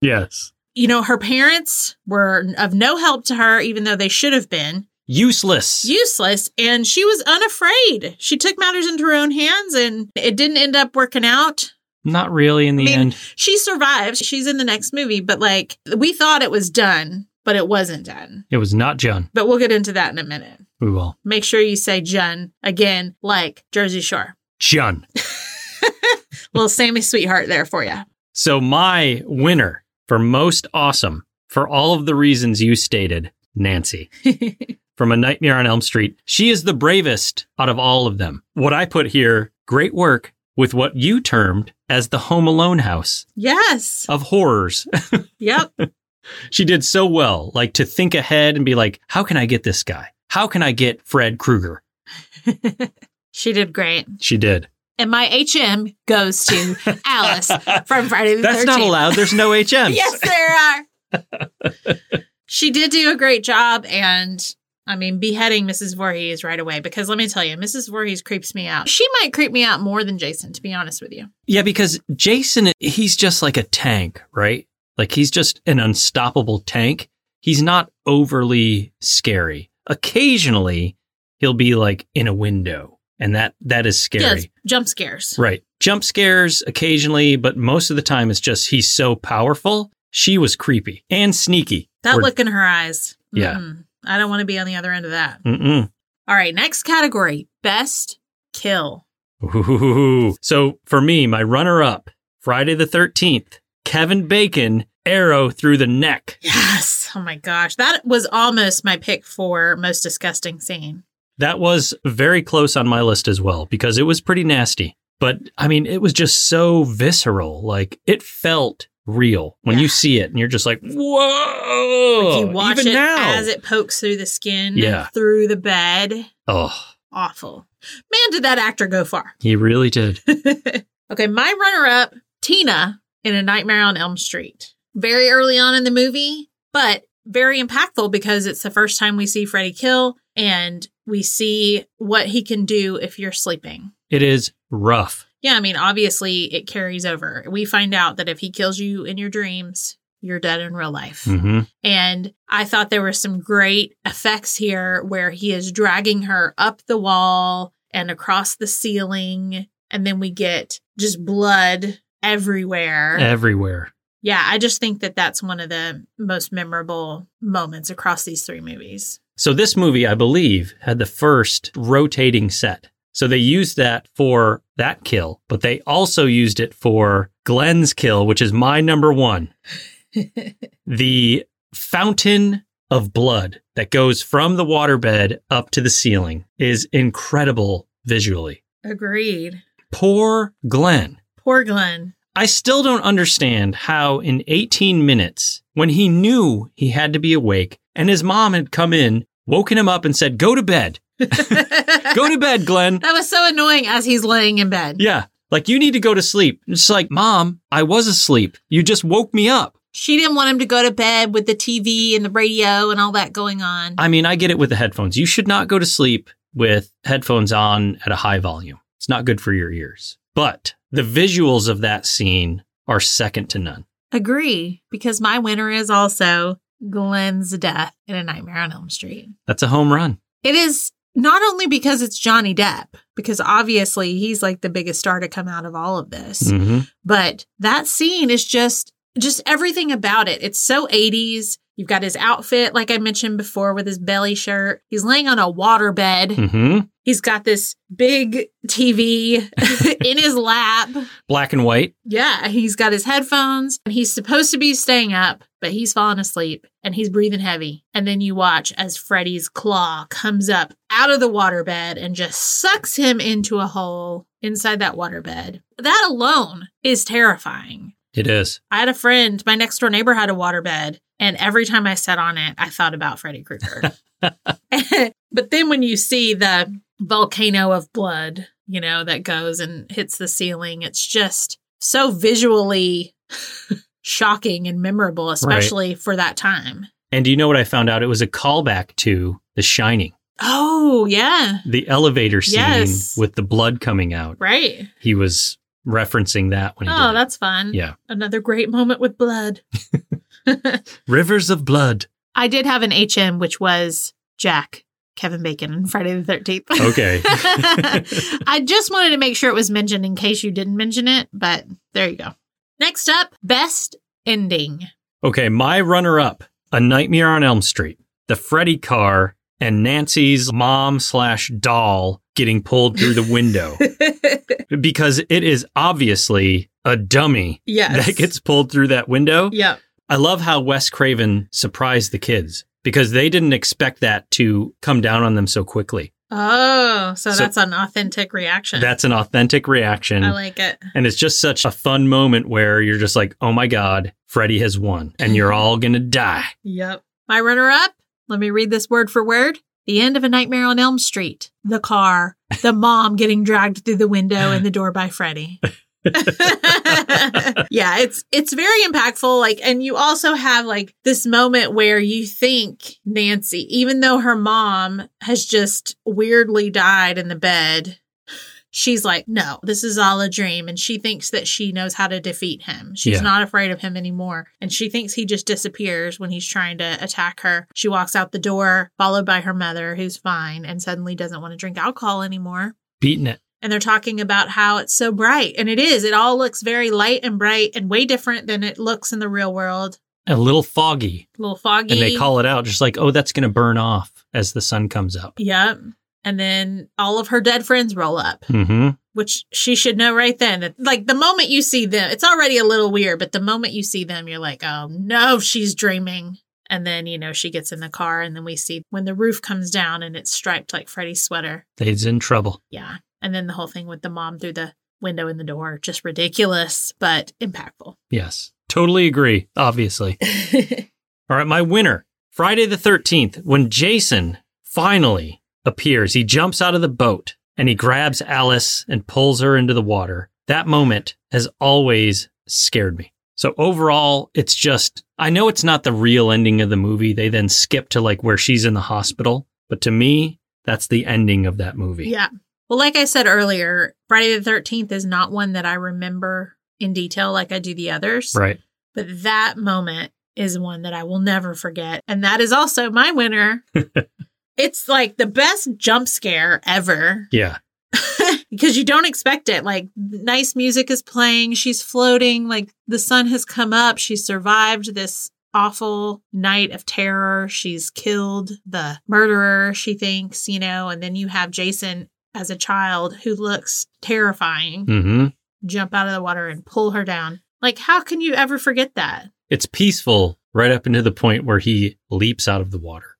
S1: Yes.
S2: you know, her parents were of no help to her, even though they should have been
S1: Useless.
S2: useless. And she was unafraid. She took matters into her own hands and it didn't end up working out.
S1: Not really in the
S2: I mean-
S1: end.
S2: She survives. She's in the next movie, but like we thought it was done, but it wasn't done.
S1: It was not John.
S2: But we'll get into that in a minute.
S1: We will.
S2: Make sure you say Jun again, like Jersey Shore.
S1: John.
S2: Little Sammy Sweetheart there for you.
S1: So my winner for most awesome, for all of the reasons you stated,
S2: (laughs)
S1: Nancy. From A Nightmare on Elm Street. She is the bravest out of all of them. What I put here, great work with what you termed as the Home Alone house
S2: yes.
S1: of horrors. (laughs)
S2: Yep.
S1: she did so well, like to think ahead and be like, how can I get this guy? How can I get Fred Krueger?
S2: she did great.
S1: She did.
S2: And my HM goes
S1: (laughs)
S2: to Alice from Friday the 13th.
S1: That's not allowed. There's no (laughs)
S2: (laughs)
S1: HMs.
S2: Yes, there are. she did do a great job. And I mean, beheading Mrs. Voorhees right away, because let me tell you, Mrs. Voorhees creeps me out. She might creep me out more than Jason, to be honest with you.
S1: Yeah, because Jason, he's just like a tank, right? Like he's just an unstoppable tank. He's not overly scary. Occasionally, he'll be like in a window, and that that is scary.
S2: Yes, jump scares.
S1: Right. Jump scares occasionally, but most of the time it's just he's so powerful. She was creepy and sneaky.
S2: That
S1: Or-
S2: look in her eyes.
S1: Yeah.
S2: Mm-mm. I don't want to be on the other end of that.
S1: Mm-mm.
S2: All right, next category best kill.
S1: Ooh. (laughs) So for me, my runner up, Friday the 13th, Kevin Bacon, arrow through the neck.
S2: Yes. Oh my gosh. That was almost my pick for most disgusting scene.
S1: That was very close on my list as well because it was pretty nasty. But I mean, it was just so visceral. Like it felt real when
S2: Yeah.
S1: you see it, and you're just like, "Whoa!"
S2: Like you watch
S1: Oh, even
S2: it
S1: now.
S2: as it pokes through the skin,
S1: Yeah.
S2: through the bed.
S1: oh,
S2: Awful. Man, did that actor go far. (laughs)
S1: he really did.
S2: okay, my runner up, Tina in A Nightmare on Elm Street. Very early on in the movie, but very impactful because it's the first time we see Freddy kill. and we see what he can do if you're sleeping.
S1: It is rough.
S2: Yeah, I mean, obviously it carries over. We find out that if he kills you in your dreams, you're dead in real life.
S1: hmm
S2: And I thought there were some great effects here where he is dragging her up the wall and across the ceiling. And then we get just blood everywhere.
S1: Everywhere.
S2: yeah, I just think that that's one of the most memorable moments across these three movies.
S1: So this movie, I believe, had the first rotating set. So they used that for that kill, but they also used it for Glenn's kill, which is my number one. the fountain of blood that goes from the waterbed up to the ceiling is incredible visually.
S2: Agreed.
S1: Poor Glenn.
S2: Poor Glenn.
S1: I still don't understand how, in 18 minutes, when he knew he had to be awake and his mom had come in, woken him up and said, (laughs) Go to bed. Go to bed, Glenn.
S2: That was so annoying as he's laying in bed.
S1: Yeah. Like, you need to go to sleep. It's like, Mom, I was asleep. You just woke me up.
S2: She didn't want him to go to bed with the TV and the radio and all that going on.
S1: I mean, I get it with the headphones. You should not go to sleep with headphones on at a high volume. It's not good for your ears. But the visuals of that scene are second to none.
S2: Agree, because my winner is also Glenn's death in A Nightmare on Elm Street.
S1: That's a home run.
S2: It is not only because it's Johnny Depp, because obviously he's like the biggest star to come out of all of this,
S1: Mm-hmm.
S2: but that scene is just just everything about it. It's so 80s. You've got his outfit, like I mentioned before, with his belly shirt. He's laying on a waterbed.
S1: Mm-hmm.
S2: He's got this big TV (laughs) in his lap.
S1: Black and white.
S2: Yeah, he's got his headphones and he's supposed to be staying up, but he's fallen asleep and he's breathing heavy. And then you watch as Freddy's claw comes up out of the waterbed and just sucks him into a hole inside that waterbed. That alone is terrifying.
S1: It is.
S2: I had a friend, my next door neighbor had a waterbed, and every time I sat on it, I thought about Freddy Krueger.
S1: (laughs)
S2: (laughs) but then when you see the volcano of blood, you know, that goes and hits the ceiling, it's just so visually (laughs) shocking and memorable, especially for that time.
S1: And do you know what I found out? It was a callback to The Shining,
S2: Oh, yeah.
S1: the elevator scene
S2: Yes.
S1: with the blood coming out.
S2: Right.
S1: He was referencing that when he
S2: Oh,
S1: did it.
S2: that's fun.
S1: Yeah.
S2: Another great moment
S1: (laughs)
S2: with blood. (laughs)
S1: Rivers of Blood.
S2: I did have an HM, which was Jack, Kevin Bacon, and Friday the 13th.
S1: (laughs) Okay.
S2: (laughs) I just wanted to make sure it was mentioned in case you didn't mention it, but there you go. Next up, best ending.
S1: okay, my runner up, A Nightmare on Elm Street, the Freddy car, and Nancy's mom slash doll getting pulled through the (laughs) window because it is obviously a dummy
S2: (laughs) yes.
S1: that gets pulled through that window.
S2: Yep.
S1: I love how Wes Craven surprised the kids because they didn't expect that to come down on them so quickly.
S2: Oh, so,
S1: So-
S2: that's an authentic reaction.
S1: That's an authentic reaction.
S2: I like it.
S1: and it's just such a fun moment where you're just like, oh my God, Freddy has won and you're all going to die.
S2: Yep. My runner up, let me read this word for word. The end of A Nightmare on Elm Street. The car. The mom getting dragged through the window and the door by Freddy. (laughs) yeah, it's it's very impactful like and you also have like this moment where you think Nancy even though her mom has just weirdly died in the bed she's like no this is all a dream and she thinks that she knows how to defeat him she's
S1: Yeah.
S2: not afraid of him anymore and she thinks he just disappears when he's trying to attack her she walks out the door followed by her mother who's fine and suddenly doesn't want to drink alcohol anymore
S1: Beating it.
S2: and they're talking about how it's so bright and it is it all looks very light and bright and way different than it looks in the real world
S1: A little foggy.
S2: a little foggy
S1: And they call it out just like, oh, that's going to burn off as the sun comes up.
S2: yep and then all of her dead friends roll up
S1: hmm
S2: which she should know right then that like the moment you see them it's already a little weird but the moment you see them you're like oh no she's dreaming and then you know she gets in the car and then we see when the roof comes down and it's striped like freddy's sweater
S1: He's in trouble.
S2: yeah and then the whole thing with the mom through the window and the door just ridiculous but impactful
S1: Yes. Totally agree, obviously. All right, my winner. Friday the 13th, when Jason finally appears, he jumps out of the boat and he grabs Alice and pulls her into the water. That moment has always scared me. So overall, it's just, I know it's not the real ending of the movie. They then skip to like where she's in the hospital, But to me, that's the ending of that movie.
S2: Yeah. Well, like I said earlier, Friday the 13th is not one that I remember in detail like I do the others.
S1: Right.
S2: But that moment is one that I will never forget. And that is also my winner. it's like the best jump scare ever
S1: Yeah.
S2: (laughs) because you don't expect it. Like, nice music is playing. She's floating. Like, the sun has come up. She survived this awful night of terror. She's killed the murderer, she thinks, you know. And then you have Jason as a child who looks terrifying
S1: hmm
S2: jump out of the water and pull her down. Like, how can you ever forget that?
S1: It's peaceful right up into the point where he leaps out of the water.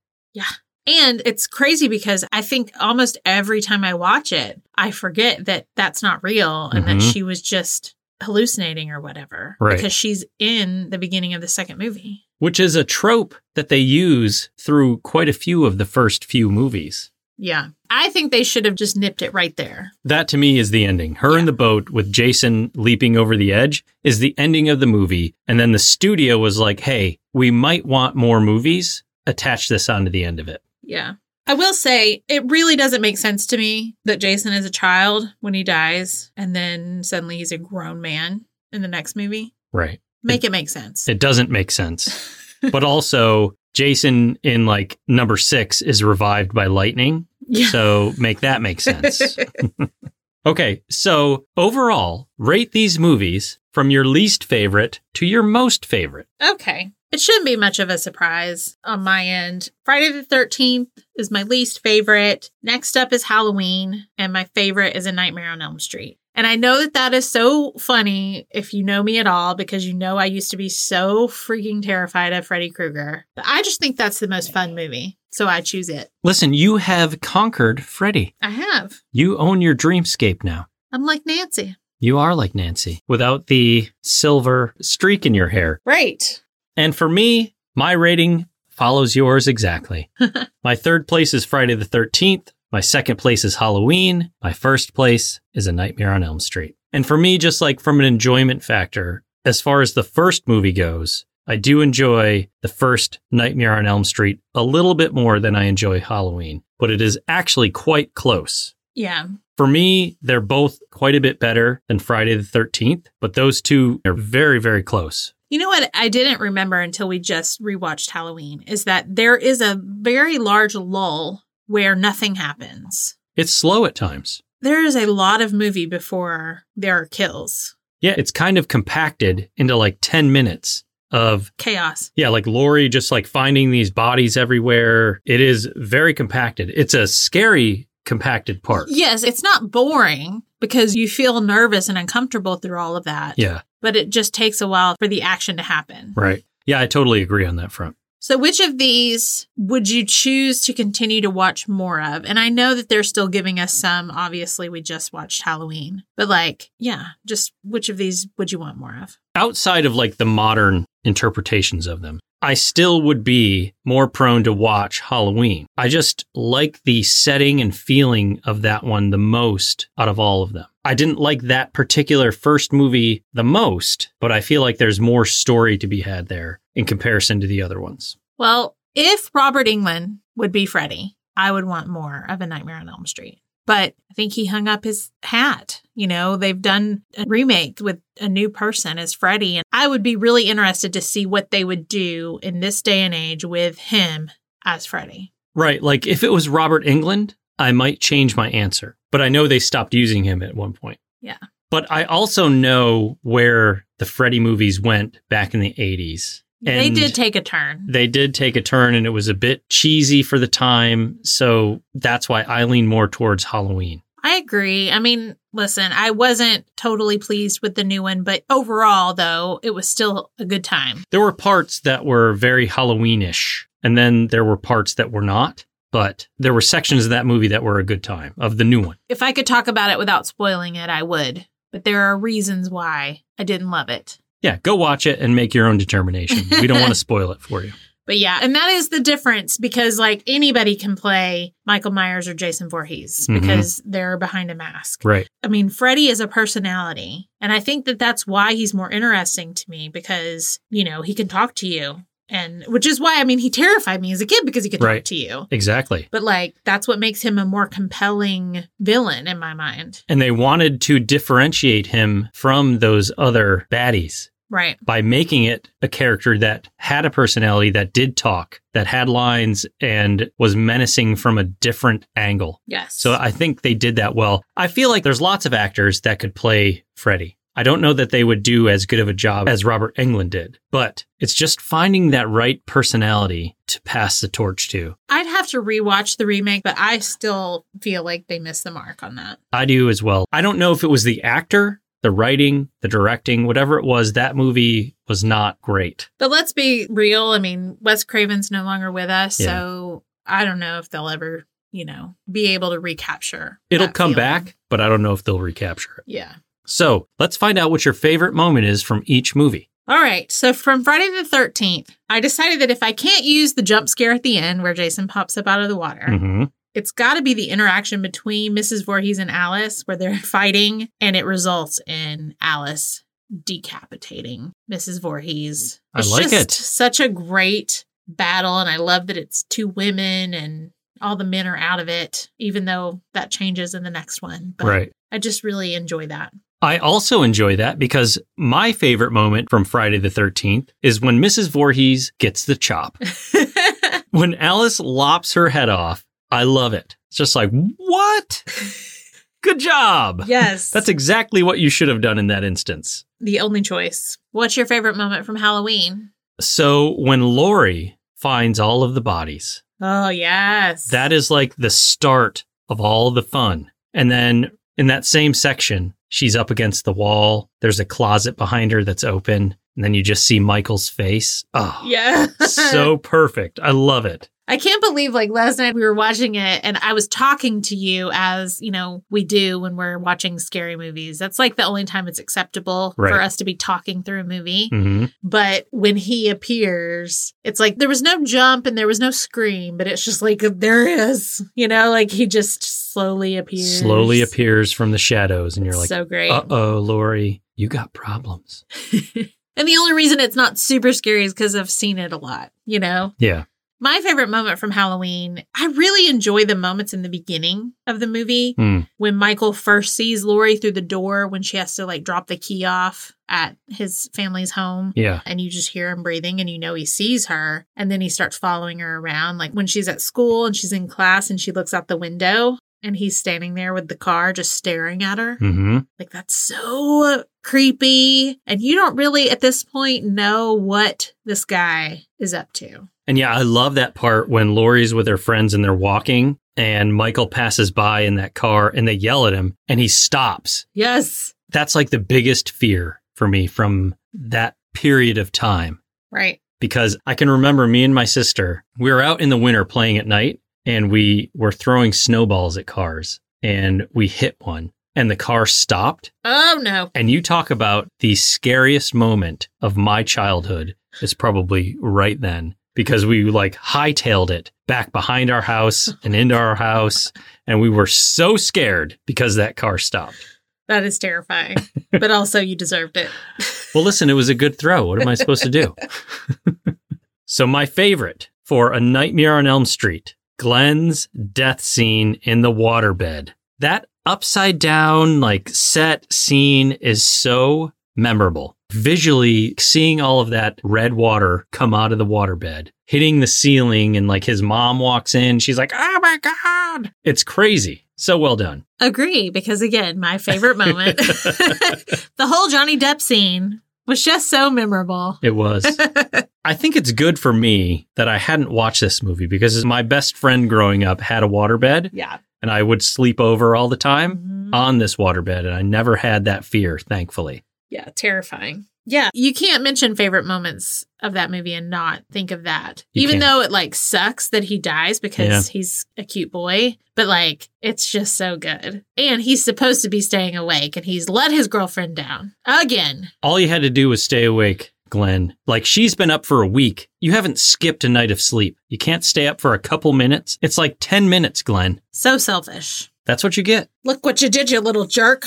S2: And it's crazy because I think almost every time I watch it, I forget that that's not real and that
S1: Mhm.
S2: she was just hallucinating or whatever.
S1: Right.
S2: Because she's in the beginning of the second movie.
S1: Which is a trope that they use through quite a few of the first few movies.
S2: Yeah. I think they should have just nipped it right there.
S1: That to me is the ending. Her in the boat with Jason leaping over the edge is the ending of the movie. And then the studio was like, hey, we might want more movies. Attach this onto the end of it.
S2: Yeah. I will say it really doesn't make sense to me that Jason is a child when he dies and then suddenly he's a grown man in the next movie.
S1: Right.
S2: Make it make sense.
S1: It doesn't make sense. but also, Jason in like number six is revived by lightning.
S2: yeah.
S1: So make that make sense. (laughs) okay. So overall, rate these movies from your least favorite to your most favorite.
S2: Okay. It shouldn't be much of a surprise on my end. Friday the 13th is my least favorite. Next up is Halloween, and my favorite is A Nightmare on Elm Street. And I know that that is so funny if you know me at all, because you know I used to be so freaking terrified of Freddy Krueger. But I just think that's the most fun movie. So I choose it.
S1: Listen, you have conquered Freddy.
S2: I have.
S1: You own your dreamscape now.
S2: I'm like Nancy.
S1: You are like Nancy without the silver streak in your hair.
S2: Right.
S1: And for me, my rating follows yours exactly. my third place is Friday the 13th. My second place is Halloween. My first place is A Nightmare on Elm Street. And for me, just like from an enjoyment factor, as far as the first movie goes, I do enjoy the first Nightmare on Elm Street a little bit more than I enjoy Halloween, but it is actually quite close.
S2: Yeah.
S1: For me, they're both quite a bit better than Friday the 13th, but those two are very, very close.
S2: You know what I didn't remember until we just rewatched Halloween is that there is a very large lull where nothing happens.
S1: It's slow at times.
S2: There is a lot of movie before there are kills,
S1: Yeah, it's kind of compacted into like 10 minutes of,
S2: chaos.
S1: yeah, like Lori just like finding these bodies everywhere. It is very compacted. It's a scary, compacted part.
S2: Yes, it's not boring because you feel nervous and uncomfortable through all of that,
S1: Yeah,
S2: but it just takes a while for the action to happen.
S1: right. Yeah, I totally agree on that front.
S2: So, which of these would you choose to continue to watch more of? And I know that they're still giving us some. Obviously, we just watched Halloween, but like, yeah, just which of these would you want more of?
S1: Outside of like the modern interpretations of them, I still would be more prone to watch Halloween. I just like the setting and feeling of that one the most out of all of them. I didn't like that particular first movie the most, but I feel like there's more story to be had there in comparison to the other ones.
S2: Well, if Robert England would be Freddy, I would want more of A Nightmare on Elm Street. But I think he hung up his hat. You know, they've done a remake with a new person as Freddy. And I would be really interested to see what they would do in this day and age with him as Freddy.
S1: Right. Like if it was Robert England, I might change my answer, but I know they stopped using him at one point.
S2: Yeah.
S1: But I also know where the Freddy movies went back in the 80s.
S2: they
S1: And-
S2: did take a turn.
S1: they did take a turn and it was a bit cheesy for the time. So that's why I lean more towards Halloween.
S2: I agree. I mean, listen, I wasn't totally pleased with the new one, but overall, though, it was still a good time.
S1: There were parts that were very Halloweenish, and then there were parts that were not. But there were sections of that movie that were a good time of the new one.
S2: If I could talk about it without spoiling it, I would. But there are reasons why I didn't love it.
S1: Yeah, go watch it and make your own determination. we don't want to spoil it for you.
S2: But yeah, and that is the difference because, like, anybody can play Michael Myers or Jason Voorhees
S1: Mhm.
S2: because they're behind a mask.
S1: Right.
S2: I mean, Freddy is a personality. And I think that that's why he's more interesting to me because, you know, he can talk to you. And which is why, I mean, he terrified me as a kid because he could
S1: Right.
S2: talk to you.
S1: Exactly.
S2: But like, that's what makes him a more compelling villain in my mind.
S1: And they wanted to differentiate him from those other baddies
S2: Right.
S1: by making it a character that had a personality, that did talk, that had lines, and was menacing from a different angle.
S2: Yes.
S1: So I think they did that well. I feel like there's lots of actors that could play Freddy. I don't know that they would do as good of a job as Robert Englund did, but it's just finding that right personality to pass the torch to.
S2: I'd have to rewatch the remake, but I still feel like they missed the mark on that.
S1: I do as well. I don't know if it was the actor, the writing, the directing, whatever it was, that movie was not great.
S2: But let's be real. I mean, Wes Craven's no longer with us, so I don't know if they'll ever, you know, be able to recapture.
S1: It'll
S2: that
S1: come
S2: feeling.
S1: back, but I don't know if they'll recapture it.
S2: Yeah.
S1: So let's find out what your favorite moment is from each movie.
S2: All right. So from Friday the 13th, I decided that if I can't use the jump scare at the end where Jason pops up out of the water,
S1: Mm-hmm.
S2: it's got to be the interaction between Mrs. Voorhees and Alice where they're (laughs) fighting and it results in Alice decapitating Mrs. Voorhees.
S1: I like it.
S2: Such a great battle and I love that it's two women and all the men are out of it even though that changes in the next one. But
S1: Right.
S2: I just really
S1: (laughs)
S2: enjoy that.
S1: I also enjoy that because my favorite moment from Friday the 13th is when Mrs. Voorhees gets the
S2: (laughs)
S1: chop. when Alice lops her head off, I love it. It's just like,
S2: (laughs)
S1: what? Good job.
S2: yes.
S1: That's exactly what you should have done in that instance.
S2: the only choice. What's your favorite moment from Halloween?
S1: So when Lori finds all of the bodies,
S2: Oh, yes.
S1: that is like the start of all the fun. And then in that same section, she's up against the wall. There's a closet behind her that's open. And then you just see Michael's face. Oh,
S2: Yeah. (laughs)
S1: so perfect. I love it.
S2: I can't believe like last night we were watching it and I was talking to you as, you know, we do when we're watching scary movies. That's like the only time it's acceptable
S1: Right.
S2: for us to be talking through a movie.
S1: hmm
S2: But when he appears, it's like there was no jump and there was no scream, but it's just like there is, you know, like he just slowly appears.
S1: Slowly appears from the shadows, and you're like,
S2: so great.
S1: uh oh, Lori, you got problems.
S2: (laughs) and the only reason it's not super scary is because I've seen it a lot, you know?
S1: Yeah.
S2: My favorite moment from Halloween, I really enjoy the moments in the beginning of the movie
S1: Hmm.
S2: when Michael first sees Lori through the door when she has to like drop the key off at his family's home.
S1: Yeah.
S2: And you just hear him breathing and you know he sees her. And then he starts following her around. Like when she's at school and she's in class and she looks out the window and he's standing there with the car just staring at her.
S1: hmm
S2: Like that's so creepy. And you don't really at this point know what this guy is up to.
S1: And yeah, I love that part when Lori's with her friends and they're walking, and Michael passes by in that car and they yell at him, and he stops.
S2: Yes.
S1: That's like the biggest fear for me from that period of time.
S2: Right.
S1: because I can remember me and my sister, we were out in the winter playing at night and we were throwing snowballs at cars and we hit one and the car stopped.
S2: Oh no.
S1: And you talk about the scariest moment of my childhood is probably right then because we like hightailed it back behind our house and into our house. And we were so scared because that car stopped.
S2: That is terrifying. but also you deserved it.
S1: Well, listen, it was a good throw. What am I supposed to do? (laughs) so, my favorite for A Nightmare on Elm Street Glenn's death scene in the waterbed. That upside down, like set scene is so memorable. Visually, seeing all of that red water come out of the waterbed, hitting the ceiling, and like his mom walks in, she's like, oh my God. It's crazy. So well done.
S2: (laughs) Agree, because again, my favorite (laughs) moment. the whole Johnny Depp scene was just so memorable.
S1: It (laughs) was. I think it's good for me that I hadn't watched this movie because my best friend growing up had a waterbed
S2: yeah.
S1: and I would sleep over all the time
S2: Mhm.
S1: on this waterbed and I never had that fear, thankfully.
S2: Yeah, terrifying. Yeah, you can't mention favorite moments of that movie and not think of that.
S1: You
S2: Even
S1: can't.
S2: though it like sucks that he dies because
S1: Yeah.
S2: he's a cute boy, but like it's just so good. And he's supposed to be staying awake and he's let his girlfriend down again.
S1: All you had to do was stay awake, Glenn. Like she's been up for a week. You haven't skipped a night of sleep. You can't stay up for a couple minutes. It's like 10 minutes, Glenn.
S2: So selfish.
S1: That's what you get.
S2: Look what you did, you little jerk.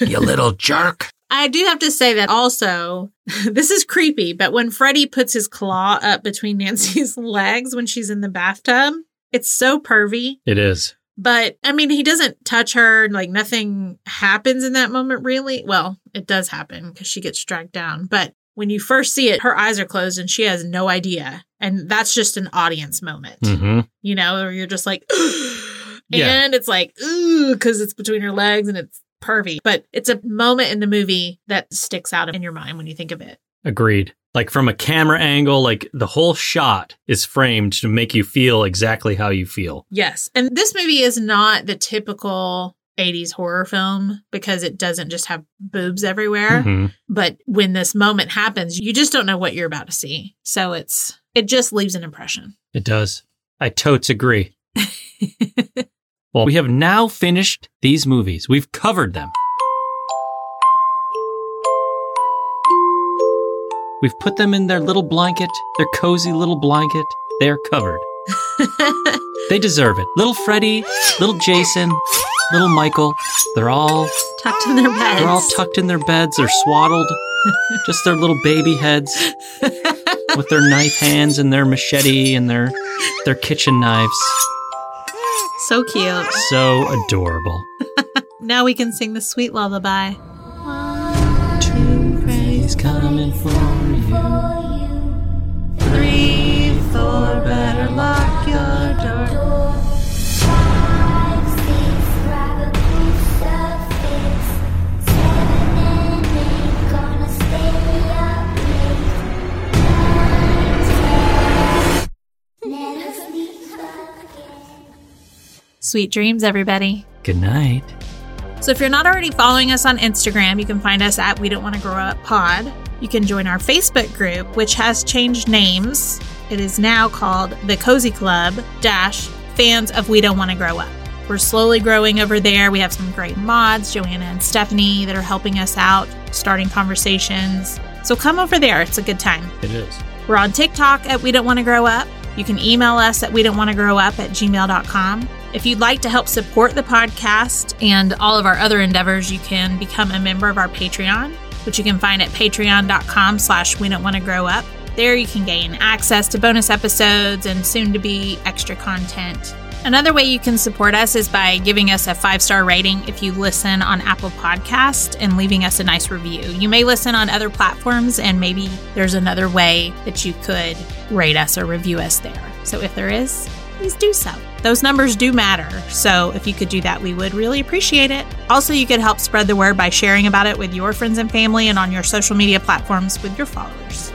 S1: you little jerk.
S2: (laughs) I do have to say that also, (laughs) this is creepy, but when Freddy puts his claw up between (laughs) Nancy's legs when she's in the bathtub, it's so pervy.
S1: It is.
S2: But I mean, he doesn't touch her, like nothing happens in that moment, really. Well, it does happen because she gets dragged down. But when you first see it, her eyes are closed and she has no idea. And that's just an audience moment,
S1: hmm
S2: you know, where you're just like, (gasps)
S1: Yeah.
S2: and it's like, ooh, because it's between her legs and it's pervy. But it's a moment in the movie that sticks out in your mind when you think of it.
S1: Agreed. Like from a camera angle, like the whole shot is framed to make you feel exactly how you feel.
S2: Yes. And this movie is not the typical 80s horror film because it doesn't just have boobs everywhere.
S1: Mhm.
S2: But when this moment happens, you just don't know what you're about to see. So it's it just leaves an impression.
S1: It does. I totes agree. well, we have now finished these movies. We've covered them. We've put them in their little blanket, their cozy little blanket. They're covered. They deserve it. Little Freddy, little Jason, little Michael, they're all
S2: Tucked in their beds.
S1: they're all tucked in their beds, they're (laughs) swaddled, just their little baby heads with their knife hands and their machete and their their kitchen knives.
S2: so cute.
S1: So adorable.
S2: Now we can sing the sweet lullaby.
S1: Two Freddy's coming for you.
S2: Three, four, better lock your door.
S3: Let us sleep again.
S2: Sweet dreams, everybody.
S1: Good night.
S2: So if you're not already following us on Instagram, you can find us at We Don't Want to Grow Up Pod. You can join our Facebook group, which has changed names. It is now called the Cozy Club Dash Fans of We Don't Want to Grow Up. We're slowly growing over there. We have some great mods, Joanna and Stephanie, that are helping us out, starting conversations. So come over there. It's a good time.
S1: It is.
S2: We're on TikTok at We Don't Want to Grow Up. You can email us at we don't want to grow up at gmail.com. If you'd like to help support the podcast and all of our other endeavors, you can become a member of our Patreon, which you can find at patreon.com slash we don't want to grow up. There you can gain access to bonus episodes and soon to be extra content. Another way you can support us is by giving us a five star rating if you listen on Apple Podcast and leaving us a nice review. You may listen on other platforms, and maybe there's another way that you could rate us or review us there. So if there is, please do so. Those numbers do matter. So if you could do that, we would really appreciate it. Also, you could help spread the word by sharing about it with your friends and family and on your social media platforms with your followers.